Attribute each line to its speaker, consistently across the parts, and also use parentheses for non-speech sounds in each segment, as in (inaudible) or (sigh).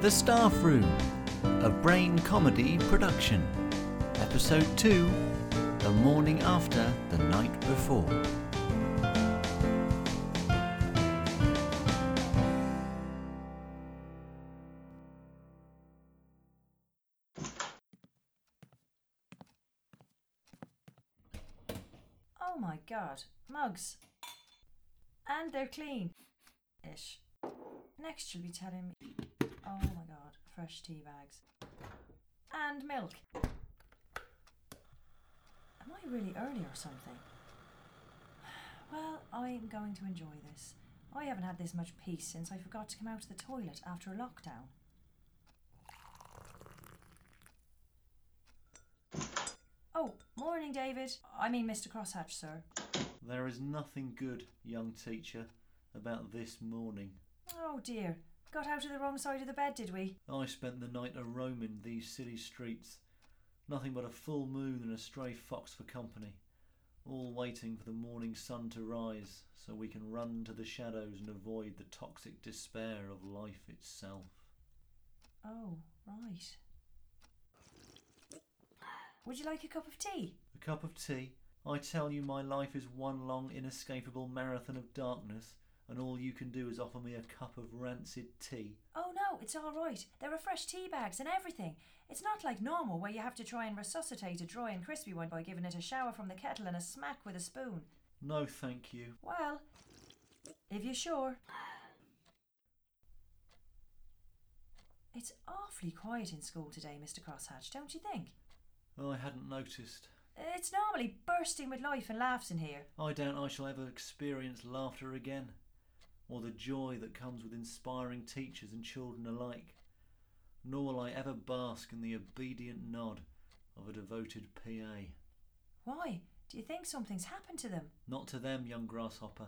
Speaker 1: The Staff Room, a brain comedy production. Episode 2 The Morning After the Night Before.
Speaker 2: Oh my god, mugs. And they're clean. Ish. Next you'll be telling me. Oh my god, fresh tea bags. And milk. Am I really early or something? Well, I'm going to enjoy this. I haven't had this much peace since I forgot to come out of the toilet after a lockdown. Oh, morning, David. I mean, Mr. Crosshatch, sir.
Speaker 1: There is nothing good, young teacher, about this morning.
Speaker 2: Oh dear, got out of the wrong side of the bed, did we?
Speaker 1: I spent the night a roaming these city streets. Nothing but a full moon and a stray fox for company. All waiting for the morning sun to rise so we can run to the shadows and avoid the toxic despair of life itself.
Speaker 2: Oh, right. Would you like a cup of tea?
Speaker 1: A cup of tea. I tell you, my life is one long, inescapable marathon of darkness, and all you can do is offer me a cup of rancid tea.
Speaker 2: Oh no, it's all right. There are fresh tea bags and everything. It's not like normal where you have to try and resuscitate a dry and crispy one by giving it a shower from the kettle and a smack with a spoon.
Speaker 1: No, thank you.
Speaker 2: Well, if you're sure. It's awfully quiet in school today, Mr. Crosshatch, don't you think?
Speaker 1: Oh, I hadn't noticed.
Speaker 2: It's normally bursting with life and laughs in here.
Speaker 1: I doubt I shall ever experience laughter again, or the joy that comes with inspiring teachers and children alike. Nor will I ever bask in the obedient nod of a devoted PA.
Speaker 2: Why? Do you think something's happened to them?
Speaker 1: Not to them, young grasshopper.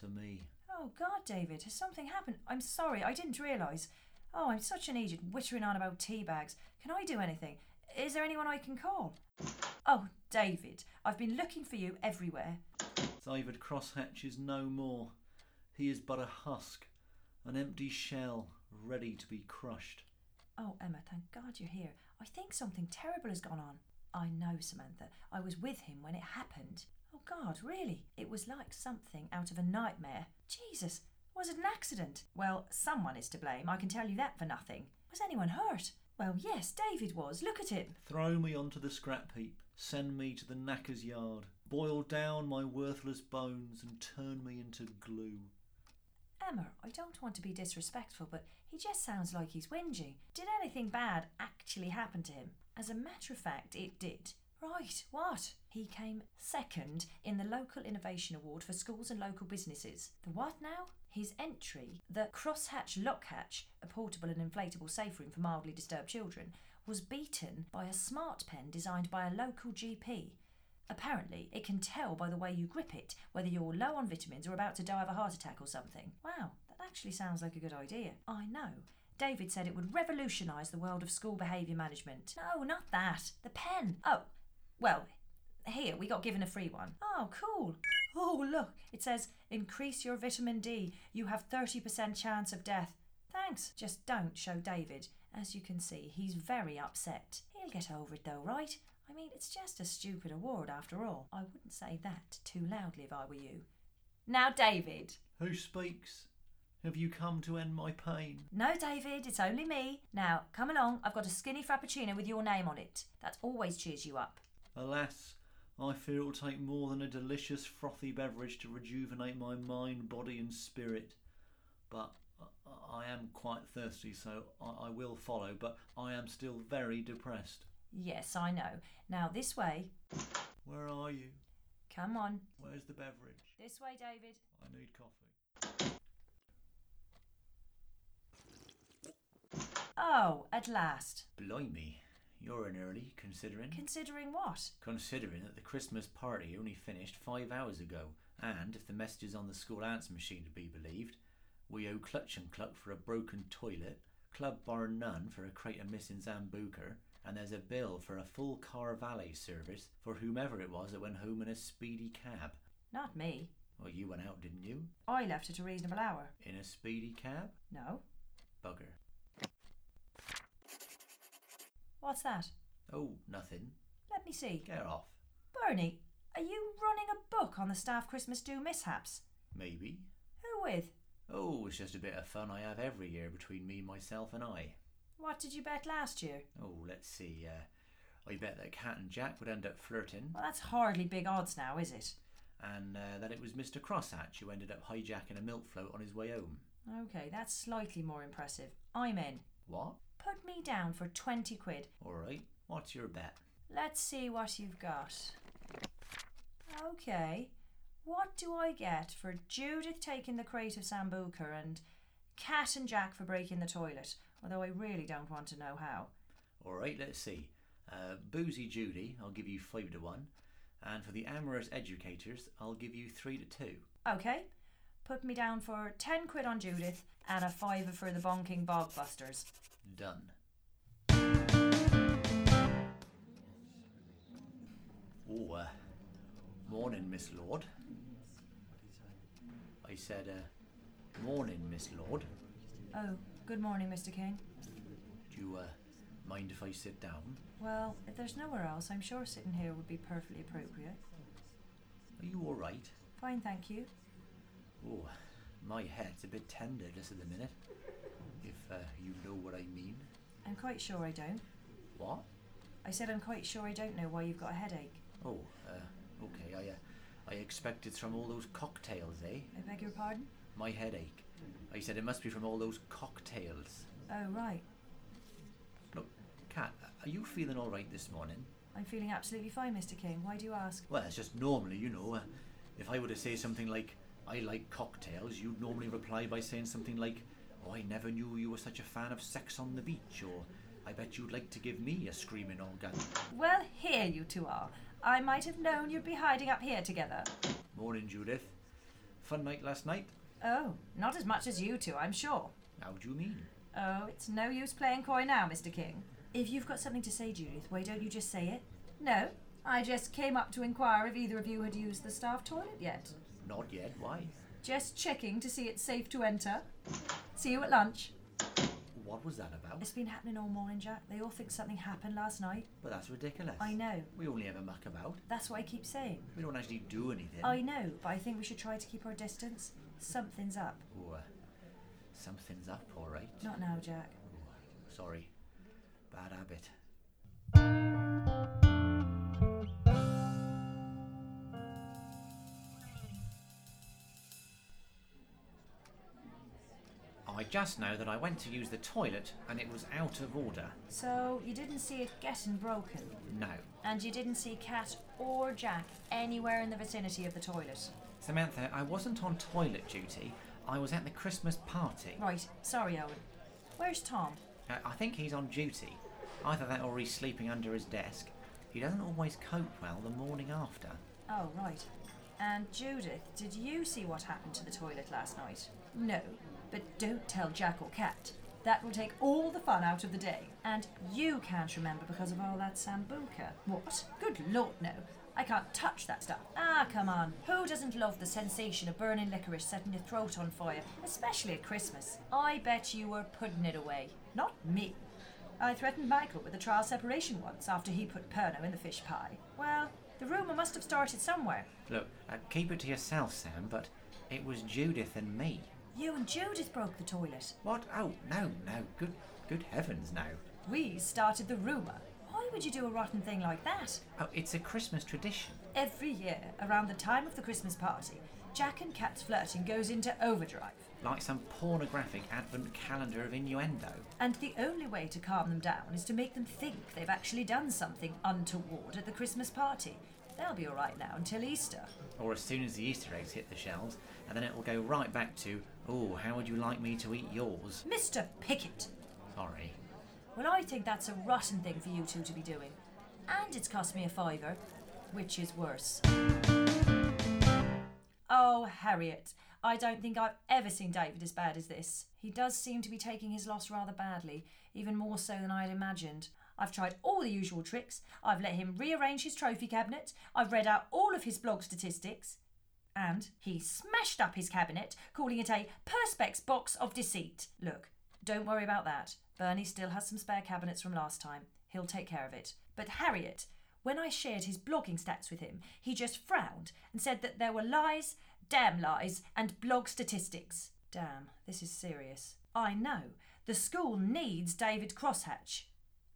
Speaker 1: To me.
Speaker 2: Oh, God, David, has something happened? I'm sorry, I didn't realise. Oh, I'm such an idiot, whittering on about tea bags. Can I do anything? Is there anyone I can call? Oh, David, I've been looking for you everywhere.
Speaker 1: David Crosshatch is no more. He is but a husk, an empty shell, ready to be crushed.
Speaker 2: Oh, Emma, thank God you're here. I think something terrible has gone on. I know, Samantha. I was with him when it happened. Oh, God, really? It was like something out of a nightmare. Jesus, was it an accident? Well, someone is to blame. I can tell you that for nothing. Was anyone hurt? Well, yes, David was. Look at him.
Speaker 1: Throw me onto the scrap heap, send me to the knacker's yard, boil down my worthless bones, and turn me into glue.
Speaker 2: Emma, I don't want to be disrespectful, but he just sounds like he's whinging. Did anything bad actually happen to him? As a matter of fact, it did. Right, what? He came second in the Local Innovation Award for Schools and Local Businesses. The what now? His entry, the Crosshatch Lockhatch, a portable and inflatable safe room for mildly disturbed children, was beaten by a smart pen designed by a local GP. Apparently, it can tell by the way you grip it whether you're low on vitamins or about to die of a heart attack or something. Wow, that actually sounds like a good idea. I know. David said it would revolutionise the world of school behaviour management. No, not that. The pen. Oh, well, here, we got given a free one. Oh, cool. Oh, look, it says increase your vitamin D. You have 30% chance of death. Thanks. Just don't show David. As you can see, he's very upset. He'll get over it though, right? I mean, it's just a stupid award after all. I wouldn't say that too loudly if I were you. Now, David.
Speaker 1: Who speaks? Have you come to end my pain?
Speaker 2: No, David, it's only me. Now, come along. I've got a skinny frappuccino with your name on it. That always cheers you up.
Speaker 1: Alas, I fear it will take more than a delicious frothy beverage to rejuvenate my mind, body, and spirit. But I- I am quite thirsty, so I, I will follow, but I am still very depressed.
Speaker 2: Yes, I know. Now, this way.
Speaker 1: Where are you?
Speaker 2: Come on.
Speaker 1: Where's the beverage?
Speaker 2: This way, David.
Speaker 1: I need coffee.
Speaker 2: Oh, at last.
Speaker 1: Blimey, you're in early, considering.
Speaker 2: Considering what?
Speaker 1: Considering that the Christmas party only finished five hours ago, and if the messages on the school answer machine to be believed, we owe Clutch and Cluck for a broken toilet, Club Bar None for a crate of missing Zambuca, and there's a bill for a full car valet service for whomever it was that went home in a speedy cab.
Speaker 2: Not me.
Speaker 1: Well, you went out, didn't you?
Speaker 2: I left at a reasonable hour.
Speaker 1: In a speedy cab?
Speaker 2: No.
Speaker 1: Bugger.
Speaker 2: What's that?
Speaker 1: Oh, nothing.
Speaker 2: Let me see.
Speaker 1: Get off.
Speaker 2: Bernie, are you running a book on the staff Christmas do mishaps?
Speaker 1: Maybe.
Speaker 2: Who with?
Speaker 1: Oh, it's just a bit of fun I have every year between me, myself, and I.
Speaker 2: What did you bet last year?
Speaker 1: Oh, let's see. Uh, I bet that Cat and Jack would end up flirting,
Speaker 2: Well, that's hardly big odds now, is it?
Speaker 1: and uh, that it was Mr. Crosshatch who ended up hijacking a milk float on his way home.
Speaker 2: Okay, that's slightly more impressive. I'm in.
Speaker 1: What?
Speaker 2: Put me down for 20 quid.
Speaker 1: All right. What's your bet?
Speaker 2: Let's see what you've got. Okay, what do I get for Judith taking the crate of Sambuca and Cat and Jack for breaking the toilet? Although I really don't want to know how.
Speaker 1: All right. Let's see. Uh, Boozy Judy, I'll give you five to one, and for the amorous educators, I'll give you three to two.
Speaker 2: Okay, put me down for 10 quid on Judith and a fiver for the bonking bog busters.
Speaker 1: Done. Oh, uh, morning, Miss Lord. I said, uh, morning, Miss Lord.
Speaker 2: Oh, good morning, Mr. King.
Speaker 1: Do you uh, mind if I sit down?
Speaker 2: Well, if there's nowhere else, I'm sure sitting here would be perfectly appropriate.
Speaker 1: Are you all right?
Speaker 2: Fine, thank you.
Speaker 1: Oh, my head's a bit tender just at the minute. If uh, you know what I mean.
Speaker 2: I'm quite sure I don't.
Speaker 1: What?
Speaker 2: I said I'm quite sure I don't know why you've got a headache.
Speaker 1: Oh, uh, okay. I, uh, I expect it's from all those cocktails, eh?
Speaker 2: I beg your pardon?
Speaker 1: My headache. I said it must be from all those cocktails.
Speaker 2: Oh, right.
Speaker 1: Look, Kat, are you feeling all right this morning?
Speaker 2: I'm feeling absolutely fine, Mr. King. Why do you ask?
Speaker 1: Well, it's just normally, you know. Uh, if I were to say something like, I like cocktails, you'd normally reply by saying something like, Oh, I never knew you were such a fan of sex on the beach, or I bet you'd like to give me a screaming orgasm.
Speaker 2: Well, here you two are. I might have known you'd be hiding up here together.
Speaker 1: Morning, Judith. Fun night last night?
Speaker 2: Oh, not as much as you two, I'm sure.
Speaker 1: How do you mean?
Speaker 2: Oh, it's no use playing coy now, Mr. King. If you've got something to say, Judith, why don't you just say it? No, I just came up to inquire if either of you had used the staff toilet yet.
Speaker 1: Not yet. Why?
Speaker 2: Just checking to see it's safe to enter. See you at lunch.
Speaker 1: What was that about?
Speaker 2: It's been happening all morning, Jack. They all think something happened last night.
Speaker 1: But that's ridiculous.
Speaker 2: I know.
Speaker 1: We only ever muck about.
Speaker 2: That's what I keep saying.
Speaker 1: We don't actually do anything.
Speaker 2: I know, but I think we should try to keep our distance. Something's up.
Speaker 1: Oh, uh, something's up, all right.
Speaker 2: Not now, Jack.
Speaker 1: Oh, sorry. Bad habit. I just know that I went to use the toilet and it was out of order.
Speaker 2: So, you didn't see it getting broken,
Speaker 1: No.
Speaker 2: and you didn't see Cat or Jack anywhere in the vicinity of the toilet.
Speaker 1: Samantha, I wasn't on toilet duty. I was at the Christmas party.
Speaker 2: Right, sorry, Owen. Where's Tom?
Speaker 1: Uh, I think he's on duty. Either that or he's sleeping under his desk. He doesn't always cope well the morning after.
Speaker 2: Oh, right. And Judith, did you see what happened to the toilet last night? No, but don't tell Jack or Cat. That will take all the fun out of the day. And you can't remember because of all that Sambuca. What? Good lord, no. I can't touch that stuff. Ah, come on. Who doesn't love the sensation of burning licorice setting your throat on fire, especially at Christmas? I bet you were putting it away. Not me. I threatened Michael with a trial separation once after he put Perno in the fish pie. Well, the rumour must have started somewhere.
Speaker 1: Look, uh, keep it to yourself, Sam, but it was Judith and me.
Speaker 2: You and Judith broke the toilet.
Speaker 1: What? Oh, no, no. Good, good heavens, no.
Speaker 2: We started the rumour. Why would you do a rotten thing like that?
Speaker 1: Oh, it's a Christmas tradition.
Speaker 2: Every year, around the time of the Christmas party, Jack and Kat's flirting goes into overdrive.
Speaker 1: Like some pornographic advent calendar of innuendo.
Speaker 2: And the only way to calm them down is to make them think they've actually done something untoward at the Christmas party. They'll be alright now until Easter.
Speaker 1: Or as soon as the Easter eggs hit the shelves, and then it will go right back to, oh, how would you like me to eat yours?
Speaker 2: Mr. Pickett!
Speaker 1: Sorry.
Speaker 2: Well, I think that's a rotten thing for you two to be doing. And it's cost me a fiver, which is worse. Oh, Harriet, I don't think I've ever seen David as bad as this. He does seem to be taking his loss rather badly, even more so than I had imagined. I've tried all the usual tricks. I've let him rearrange his trophy cabinet. I've read out all of his blog statistics. And he smashed up his cabinet, calling it a Perspex box of deceit. Look, don't worry about that. Bernie still has some spare cabinets from last time. He'll take care of it. But Harriet, when I shared his blogging stats with him, he just frowned and said that there were lies, damn lies, and blog statistics. Damn, this is serious. I know. The school needs David Crosshatch.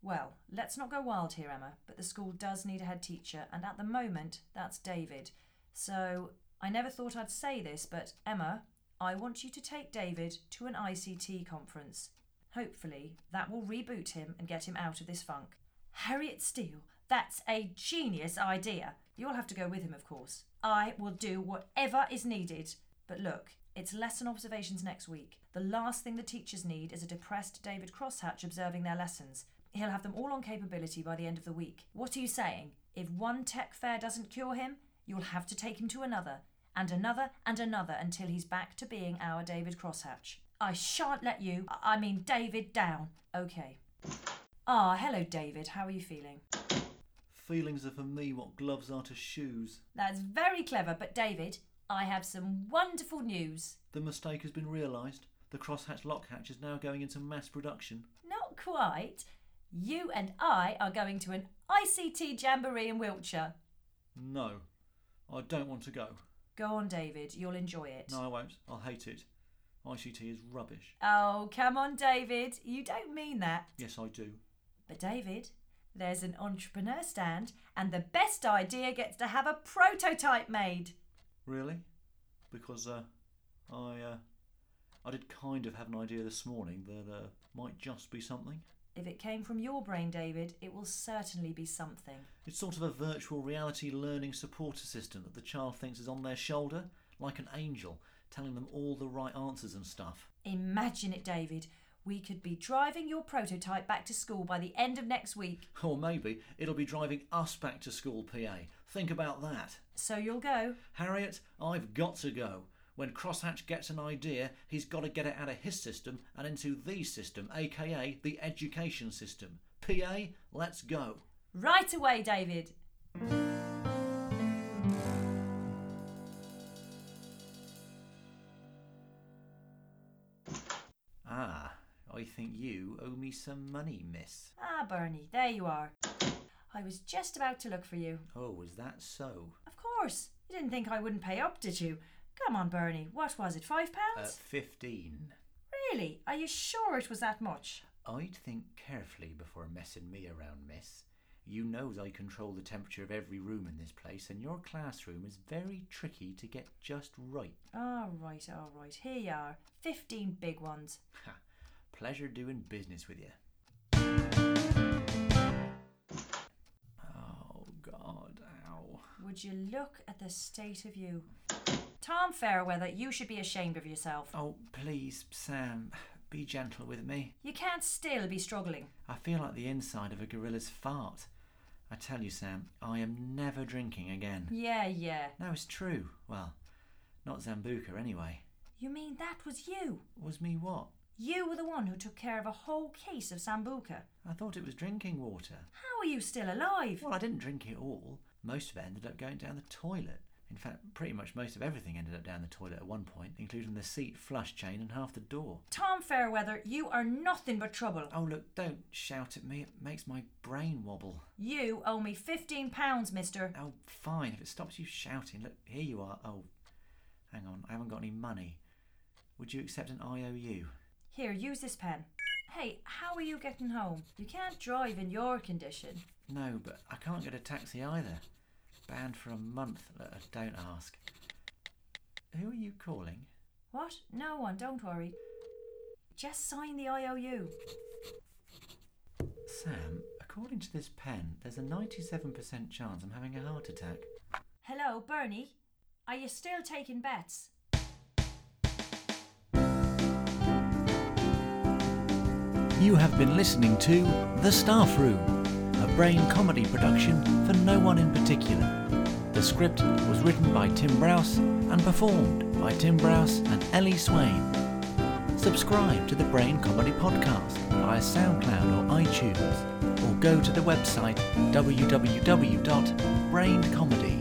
Speaker 2: Well, let's not go wild here, Emma, but the school does need a head teacher, and at the moment, that's David. So, I never thought I'd say this, but Emma, I want you to take David to an ICT conference. Hopefully, that will reboot him and get him out of this funk. Harriet Steele, that's a genius idea. You'll have to go with him, of course. I will do whatever is needed. But look, it's lesson observations next week. The last thing the teachers need is a depressed David Crosshatch observing their lessons. He'll have them all on capability by the end of the week. What are you saying? If one tech fair doesn't cure him, you'll have to take him to another, and another, and another until he's back to being our David Crosshatch. I shan't let you, I I mean David, down. Okay. Ah, hello, David. How are you feeling?
Speaker 1: Feelings are for me what gloves are to shoes.
Speaker 2: That's very clever, but David, I have some wonderful news.
Speaker 1: The mistake has been realised. The crosshatch lockhatch is now going into mass production.
Speaker 2: Not quite. You and I are going to an ICT jamboree in Wiltshire.
Speaker 1: No, I don't want to go.
Speaker 2: Go on, David. You'll enjoy it.
Speaker 1: No, I won't. I'll hate it. ICT is rubbish.
Speaker 2: Oh, come on, David. You don't mean that.
Speaker 1: Yes, I do.
Speaker 2: But, David, there's an entrepreneur stand, and the best idea gets to have a prototype made.
Speaker 1: Really? Because uh, I uh, I did kind of have an idea this morning that uh, might just be something.
Speaker 2: If it came from your brain, David, it will certainly be something.
Speaker 1: It's sort of a virtual reality learning support assistant that the child thinks is on their shoulder, like an angel, telling them all the right answers and stuff.
Speaker 2: Imagine it, David. We could be driving your prototype back to school by the end of next week.
Speaker 1: (laughs) Or maybe it'll be driving us back to school, PA. Think about that.
Speaker 2: So you'll go.
Speaker 1: Harriet, I've got to go. When Crosshatch gets an idea, he's got to get it out of his system and into the system, aka the education system. PA, let's go.
Speaker 2: Right away, David.
Speaker 1: Ah, I think you owe me some money, miss.
Speaker 2: Ah, Bernie, there you are. I was just about to look for you.
Speaker 1: Oh, is that so?
Speaker 2: Of course. You didn't think I wouldn't pay up, did you? Come on, Bernie. What was it, five
Speaker 1: At
Speaker 2: pounds?
Speaker 1: 15.
Speaker 2: really? Are you sure it was that much?
Speaker 1: I'd think carefully before messing me around, miss. You knows I control the temperature of every room in this place, and your classroom is very tricky to get just right.
Speaker 2: All right, all right. Here you are. Fifteen big ones.
Speaker 1: Ha! Pleasure doing business with you. Oh, God, ow.
Speaker 2: Would you look at the state of you? Tom Fairweather, you should be ashamed of yourself.
Speaker 1: Oh, please, Sam, be gentle with me.
Speaker 2: You can't still be struggling.
Speaker 1: I feel like the inside of a gorilla's fart. I tell you, Sam, I am never drinking again.
Speaker 2: Yeah, yeah.
Speaker 1: No, it's true. Well, not Zambuca anyway.
Speaker 2: You mean that was you?
Speaker 1: Was me what?
Speaker 2: You were the one who took care of a whole case of Sambuca.
Speaker 1: I thought it was drinking water.
Speaker 2: How are you still alive?
Speaker 1: Well, I didn't drink it all. Most of it ended up going down the toilet. In fact, pretty much most of everything ended up down the toilet at one point, including the seat, flush chain, and half the door.
Speaker 2: Tom Fairweather, you are nothing but trouble.
Speaker 1: Oh, look, don't shout at me. It makes my brain wobble.
Speaker 2: You owe me fifteen pounds, mister.
Speaker 1: Oh, fine. If it stops you shouting, look, here you are. Oh, hang on. I haven't got any money. Would you accept an IOU?
Speaker 2: Here, use this pen. Hey, how are you getting home? You can't drive in your condition.
Speaker 1: No, but I can't get a taxi either. Banned for a month. Look, don't ask. Who are you calling?
Speaker 2: What? No one, don't worry. Just sign the IOU.
Speaker 1: Sam, according to this pen, there's a 97% chance I'm having a heart attack.
Speaker 2: Hello, Bernie. Are you still taking bets?
Speaker 1: You have been listening to The Staff Room, a brain comedy production for no one in particular. The script was written by Tim Browse and performed by Tim Browse and Ellie Swain. Subscribe to the Brain Comedy Podcast via SoundCloud or iTunes, or go to the website www.braincomedy.com